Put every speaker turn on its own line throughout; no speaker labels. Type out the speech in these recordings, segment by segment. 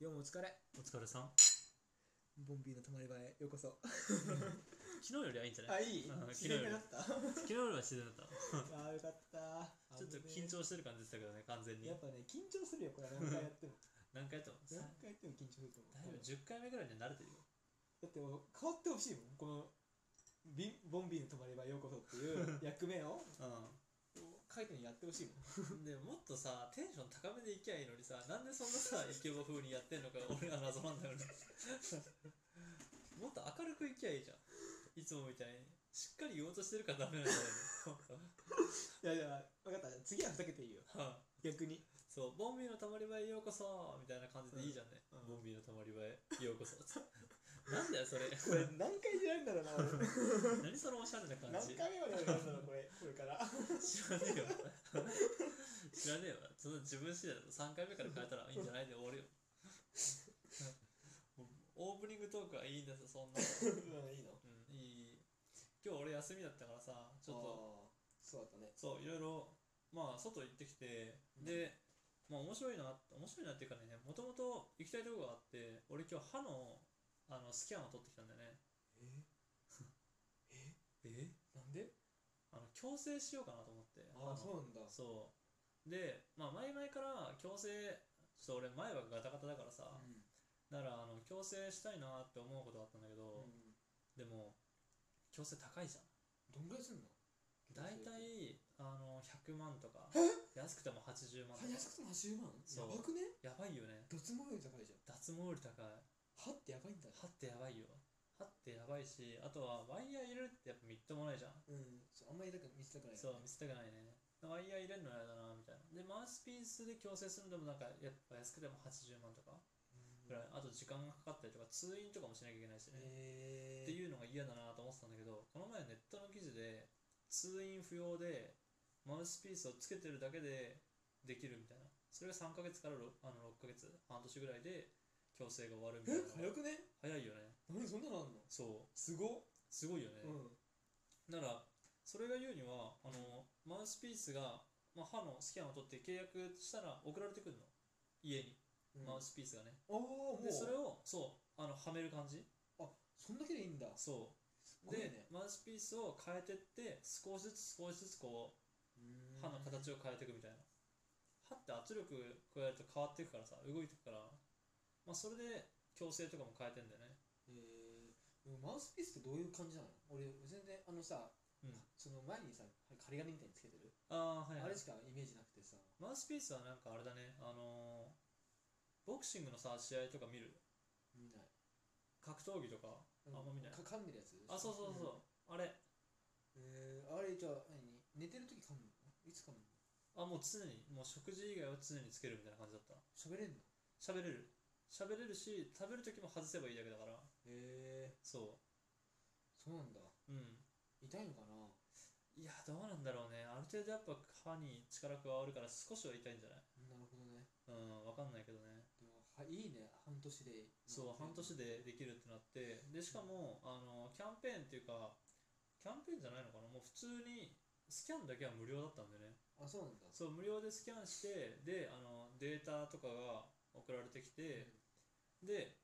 今日もお疲れ
お疲れさん。
ボンビーの泊まり場へようこそ
昨日よりはいいんじゃ
あ
な
い
い
い
うん
知れなかった
昨日よりは自然だった
あ
わ。
ーよかった
ちょっと緊
張
張してる感じだったけどね、完全に
や。っぱね緊張するよこれ何回やっても
何回やったの
何
さ
回やっても緊張すると思
だいうぶ10回目ぐらいには慣れてるよ。
だってもう変わってほしいもんこのビボンビーの泊まり場へようこそっていう 役目をカイトにやってほしいもん
うん。でももっとさ、テンション高めでいきゃいいのにさ、なんでそん なさ、イケボ風にやってんのか俺は謎なんだよね。もっと明るくいきゃいいじゃん。いつもみたいに。しっかり言おうとしてるからダメなんだよね。
いやいや分かった次はふざけていいよ
はあ
逆に
そう、ボンビーのたまり場へようこそみたいな感じでいいじゃんね。
うん
ボンビーのたまり場へよう こそ。なんだよ、それ。
これ何回じらんだろうな 俺
何そのおしゃれな感
何
じ
回目までやるんだろうこれこれから
知らねえよ知らねえわその自分次第だと3回目から変えたらいいんじゃないで終わるよオープニングトークはいいんですよそんな、う
うんいいの
ん、いい今日俺休みだったからさちょっと
とそうだったね
そういろいろまあ外行ってきてで、まあ面白いな面白いなっていうかねもともと行きたいとこがあって俺今日歯のあのスキャンを取ってきたんだよね
え
え
なんで
あの矯正しようかなと思って
ああ
歯
そ
の
うなんだ
そうで、まあ、前々から矯正ちょっと俺前はガタガタだからさ、だからあの矯正したいなって思うことがあったんだけ
うん
ど、でも矯正高いじゃん
どんぐらいすんの
大体あの100万とか安くても80万とか
安くても80万
そう
やばくね
やばいよね
どつもより高いじゃん
脱毛より高い
歯ってやばいんだ
歯ってやばいよ歯ってやばいしあとはワイヤー入れるってやっぱみっともないじゃん
うんそうあんまりだから見せたくないよ
そう
ね
見せたくないねワイヤー入れるのやだなみたいなでマウスピースで矯正するのでもなんかやっぱ安くても80万とか
うん
ぐらいあと時間がかかったりとか通院とかもしなきゃいけないしね、
えー
っていうのが嫌だなと思ってたんだけどこの前ネットの記事で通院不要でマウスピースをつけてるだけでできるみたいなそれが3ヶ月からろあの6ヶ月半年ぐらいで矯正が終わるみたい
え
な
早くね
早いよね
何そんなのあんの
そう
すごっ
すごいよね
う、ん
ならそれが言うにはあのマウスピースが、まあ、歯のスキャンを取って契約したら送られてくるの家に、
うん
マ
あ
ウスピースがね
あもう
でそれをそうあのはめる感じ
あそんだけでいいんだ
そう
すごい
で、
ね
マウスピースを変えてって少しずつ少しずつこう歯の形を変えていくみたいな歯って圧力加えると変わっていくからさ動いていくから、まあ、それで矯正とかも変えてんだよね
えーでもマウスピースってどういう感じなの俺全然あのさ
うん
その前にさ針金みたいにつけてる
ああはい、
あ
はい
れ、しかイメージなくてさ
マウスピースはなんかあれだねあのーボクシングのさ試合とか見る
見ない
格闘技とかあんま見ない
か噛んでるやつ
あそうそうそう、あれ
えー、あれじゃあ何寝てる時噛むのいつ噛むの
あもう常にもう食事以外は常につけるみたいな感じだった
喋れんの
喋れる喋れるし食べる時も外せばいいだけだから
へえ
そ
そうなんだ
ううん
痛いのかない
やどうなんだろうねある程度やっぱ歯に力加わるから少しは痛いんじゃない
なるほどね
うんわかんないけどね
でもはいいね半年で
そう半年
で
でできるってなってでしかもあのキャンペーンっていうかキャンペーンじゃないのかなもう普通にスキャンだけは無料だったんでね
あそうなんだ
そう無料でスキャンしてであのデータとかが送られてきて、で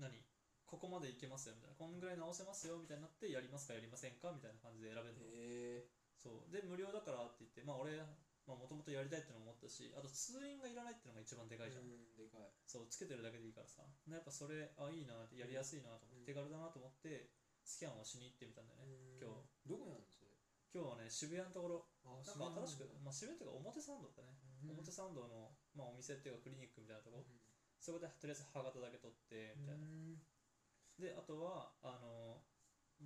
何ここまでいけますよみたいなこんぐらい直せますよみたいになってやりますかやりませんかみたいな感じで選べるの
へえ
そうで無料だからって言ってまあ俺もともとやりたいってのも思ったしあと通院がいらないってのが一番でかいじゃん、
うんでかい
そうつけてるだけでいいからさやっぱそれあいいなってやりやすいなと思って、
うん
手軽だなと思ってスキャンをしに行ってみたんだよね、今日
日どこにあるのそれ
今日はね渋谷のところ
あ
なん
知ら
か
な
新しく、まあ、渋谷というか表参道だね、表
さ
参道の、まあ、お店っていうかクリニックみたいなとこ、そこでとりあえず歯型だけ取ってみたいな、であとはあの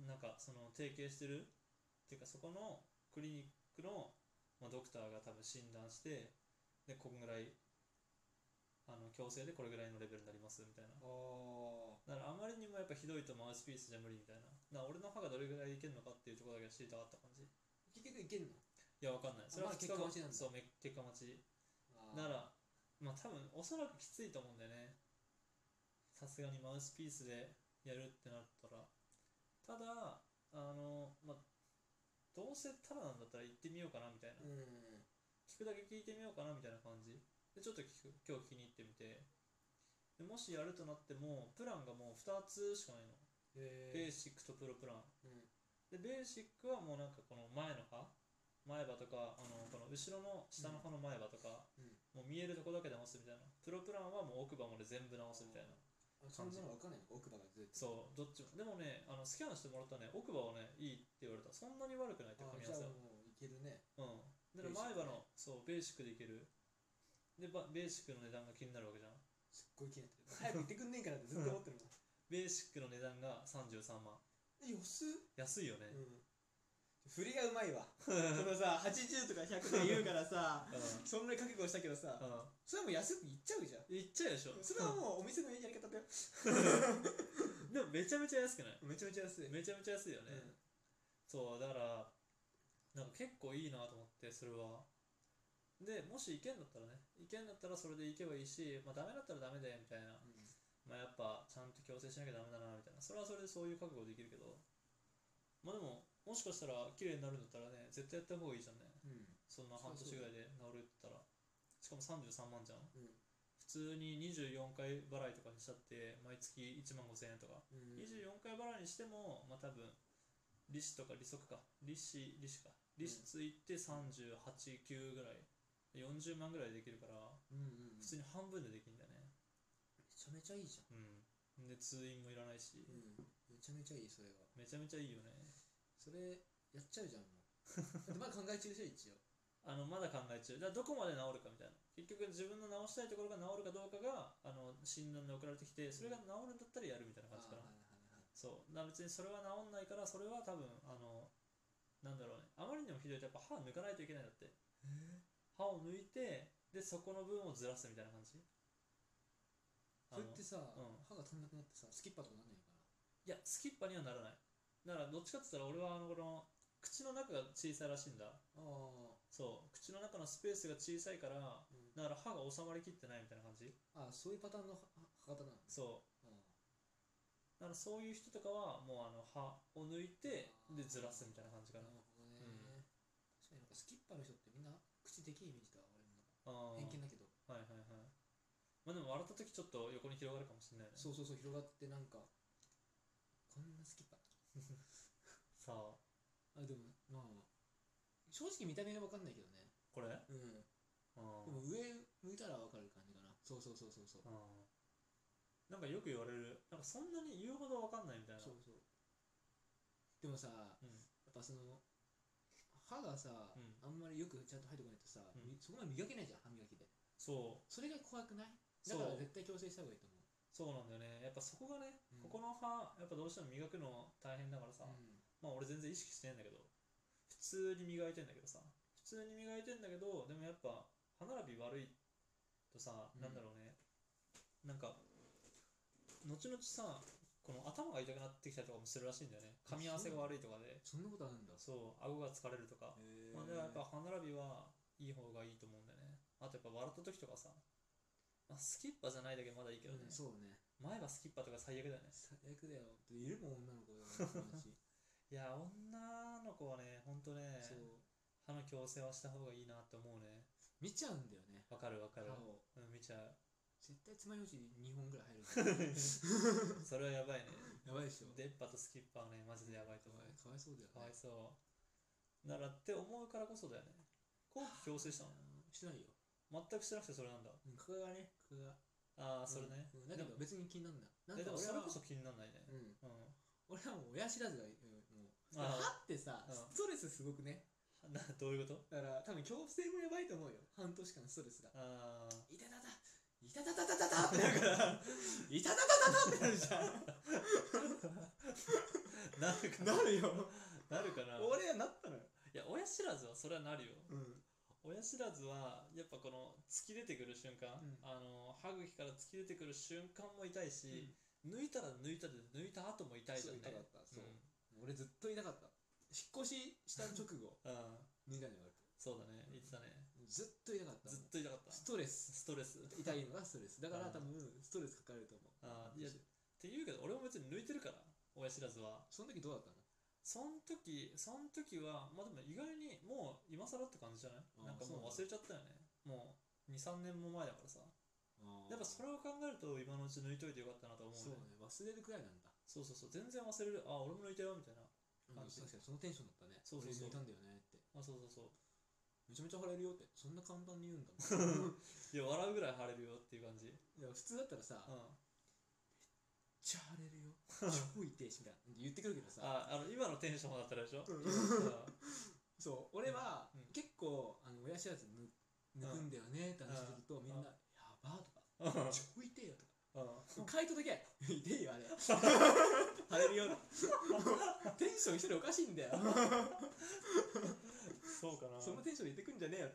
なんかその提携してるっていうかそこのクリニックの、まあ、ドクターが多分診断してでこんぐらいあの矯正でこれぐらいのレベルになりますみたいな
あー
だからあまりにもやっぱひどいとマウスピースじゃ無理みたいなだから俺の歯がどれぐらいいけるのかっていうところだけ知りたかった感じい
結局いけんの
やわかんないそれ
ま
は
だ
2
結果待ち
日後
なんだ
そうめ結果待ち
あー
ならまあ多分おそらくきついと思うんだよねさすがにマウスピースでやるってなったらただあのまあどうせただなんだったら行ってみようかなみたいな
うん
聞くだけ聞いてみようかなみたいな感じでちょっと聞く今日聞きに行ってみてもしやるとなってもプランがもう2つしかないのベ
え
ーシックとプロプラン
ーうん
でベーシックはもうなんかこの前の歯前歯とかあのこの後ろの下の歯の前歯とか、
うん
もう見えるとこだけ直すみたいなプロプランはもう奥歯まで全部直すみたいな
あそんなの分かんないの奥歯がずっと
そうどっちもでもねあのスキャンしてもらったね奥歯はねいいって言われたそんなに悪くないって
あ
組み
じゃ
合わ
あ
せは
もういけるね
うんだ
ベーシ
から
ックね
前歯のそうベーシックでいけるでばベーシックの値段が気になるわけじゃん
すっごい気になってる早く行ってくんねえかなってずっと思ってるもん
ベーシックの値段が33万
え安っ
安いよ
う
ね、
ん振りがうまいわこのさ80とか100とか言うからさ
うん
そんなに覚悟したけどさ
う
それはもう安くいっちゃうじゃん
ん、いっちゃうでしょ
それはもうお店のやり方だよ
でもめちゃめちゃ安くない
めちゃめちゃ安い
めちゃめちゃ安いよね、
うん
そうだからなんか結構いいなと思ってそれはでもし行けんだったらね行けんだったらそれで行けばいいし、まあ、ダメだったらダメでみたいな、まあ、やっぱちゃんと強制しなきゃダメだなみたいなそれはそれでそういう覚悟できるけどまあでももしかしたら綺麗になるんだったらね絶対やった方がいいじゃんね
うん
そんな半年ぐらいで治るって言ったらしかも33万じゃん
うん
普通に24回払いとかにしちゃって毎月1万5000円とか
うん
24回払いにしても、まあ、多分利子とか利息か利子利子か利子ついて389ぐらい40万ぐらいできるから
うんうんうん
普通に半分でできるんだよね
めちゃめちゃいいじ
うんで通院もいらないし
ゃんうんめちゃめちゃいいそれは
めちゃめちゃいいよね
それやっちゃうじゃんもうでまだ考え中でしょ一応
あのまだ考え中だからどこまで治るかみたいな結局自分の治したいところが治るかどうかがあの診断で送られてきてそれが治るんだったらやるみたいな感じかな
あーはいはいはい
そうだから別にそれは治んないからそれは多分あのなんだろうねあまりにもひどいとやっぱ歯抜かないといけないんだって歯を抜いてでそこの部分をずらすみたいな感じあ
そ
の
れってさ、
ん
歯が足んなくなってさスキッパとかなんないのか
いやスキッパにはならないだからどっちかって言ったら俺はあのこの口の中が小さいらしいんだ
なあ
そう口の中のスペースが小さいから
ー、うん
だから歯が収まりきってないみたいな感じ
あーそういうパターンの歯歯型なの
そう
あー
だからそういう人とかはもうあの歯を抜いてでずらすみたいな感じか
な
な
るほどね、
う
確
ん
かになんかスキッパの人ってみんな口でけえイメージだわ
あ
俺
ー
の中偏見だけど
はいはいはい。まあでも笑った時ちょっと横に広がるかもしれないね。
そうそうそう広がってなんかこんなスキッパ
さあ、
あでもまあまあ正直見た目が分かんないけどね
これうん。
うん
あ
でも上向いたら分かる感じかなそうそうそうそうそう
ーなんかよく言われる、なんかそんなに言うほどわかんないみたいな。
そうそうでもさや
うん。
っぱその歯がさ、
うん
あんまりよくちゃんと入ってこないとさ、
うん
みそこまで磨けないじゃん歯磨きで
そう、
それが怖くないだ
そ
から
う
絶対矯正した方がいいと思う
そうなんだよね。やっぱそこがね、
うん
ここの歯、やっぱどうしても磨くの大変だからさ、
うん
まあ俺全然意識してないんだけど、普通に磨いてんだけどさ、普通に磨いてんだけど、でもやっぱ歯並び悪いとさ、
うん
なんだろうね、なんか、後々さ、この頭が痛くなってきたりとかもするらしいんだよね。噛み合わせが悪いとかで、
そんなことあるんだ
そう、顎が疲れるとか。
へー
まあ、だからやっぱ歯並びはいい方がいいと思うんだよね。あとやっぱ笑った時とかさ、まあ、スキッパじゃないだけまだいいけどね、
うんそうね
前歯スキッパとか最悪だよね。
最悪だよ いるもん女の子が友達
いや、女の子はね、ほんとね、
そう
歯の矯正はした方がいいなって思うね。
見ちゃうんだよね
わかるわか
歯
る。
を
うん、見ち ゃう。
絶対爪楊枝2本ぐらい入 る
それはやばいね。
やばいでしょ
出っ歯とスキッパはね、マジでやばいと
か
思
わ
う
い。かわいそうだよ
かわい
ね
そう。だからって思うからこそだよね。後期矯正したの
してないよ
全くしてなくてそれなんだ。
うんこれがねこれが
ああ、それね。
うんうんだけど別に気になんないなん
えで
か
も
俺
それ
は
こそ気にならないね。
うん
うん
俺はもう親知らずがうんもう
あー
歯ってさ
うん
ストレスすごくね
などういうこと
だから多分矯正もやばいと思うよ半年間ストレスが
ああ
いたたたいたたたたたたってなるからいたたたたたってなるじゃん
なるか な
なるよ
なるかない
俺はなったのよ
や親知らずはそれはなるよ
うん
親知らずはやっぱこの突き出てくる瞬間、
うん
あの歯茎から突き出てくる瞬間も痛いし、抜いたら抜いたで抜いた後も痛いじ
そ
ゃ
うん
ね
痛かったそう、
う
俺ずっと痛かった引っ越しした直後
ん、うん
脱いだのよ
そうだね言ってたね
俺ずっと痛かった
ずっと痛かった
ストレス
ストレス
痛いのがストレスだから
あー
多分ストレスかかると思う
あーいやって言うけど俺も別に抜いてるから親知らずは
その時どうだったの
そん時そん時はまあでも意外にもう今更って感じじゃない
あー
なんかもう忘れちゃったよねもう23年も前だからさやっぱそれを考えると今のうち抜いといてよかったなと思う
そう
ね
ね忘れるくらいなんだ
そうそうそう全然忘れるあ俺も抜いたよみたいな
うん
感
確
じ
かにそのテンションだったね
そうそうそ
俺抜
う
いたんだよねって
あそうそうそう
めちゃめちゃ払えるよってそんな簡単に言うんだもん
いや笑うぐらい晴れるよっていう感じ
いや普通だったらさ
うん
「ちゃれるよ超痛いし」みたいな言ってくるけどさ
ああの今のテンションだったらでしょ、
うん
う
そう俺は
うん
結構あの親知らず抜抜くんだよねって話すると
ん
みん
う
な
ん
「やば」とか
ん う
「
ん
超痛いよ」とか
うん
回答だけ「痛 いよあれ」「腫れるよ」テンション一人おかしいんだよ
そうかな
そのテンションで言ってくんじゃねえよ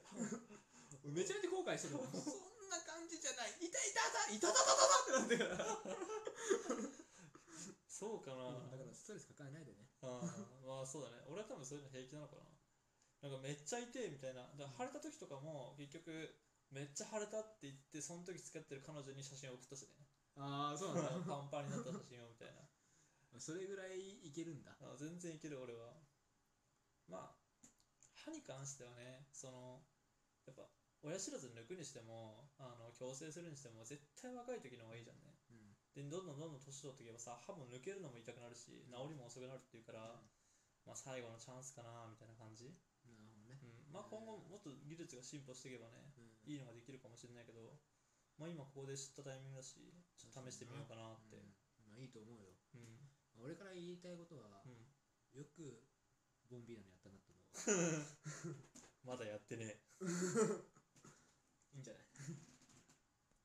俺めちゃめちゃ後悔 してるもんそんな感じじゃない痛い痛い痛い痛い痛い痛い痛いってなってるから
そうかな、
だからストレス抱えないでね
うん、まあそうだね俺は多分そういうの平気なのかななんかめっちゃ痛いみたいなだから腫れた時とかも結局めっちゃ腫れたって言ってその時付き合ってる彼女に写真を送ったしね
ああそ
パンパンになった写真をみたいな
それぐらいいけるんだ
あ全然いける俺はまあ歯に関してはねそのやっぱ親知らず抜くにしてもあの矯正するにしても絶対若い時の方がいいじゃんね
うん
でどんどんどんどん年取っていけばさ歯も抜けるのも痛くなるし治りも遅くなるっていうから、まあ最後のチャンスかなみたいな感じ、う
なるほどね
ん、まあ今後もっと技術が進歩していけばね
うん
いいのができるかもしれないけどまあ今ここで知ったタイミングだしちょっと試してみようかなって
うんまあいいと思うよ
うん
俺から言いたいことは
うん、
よくボンビーナのやったなって思う
まだやってねえ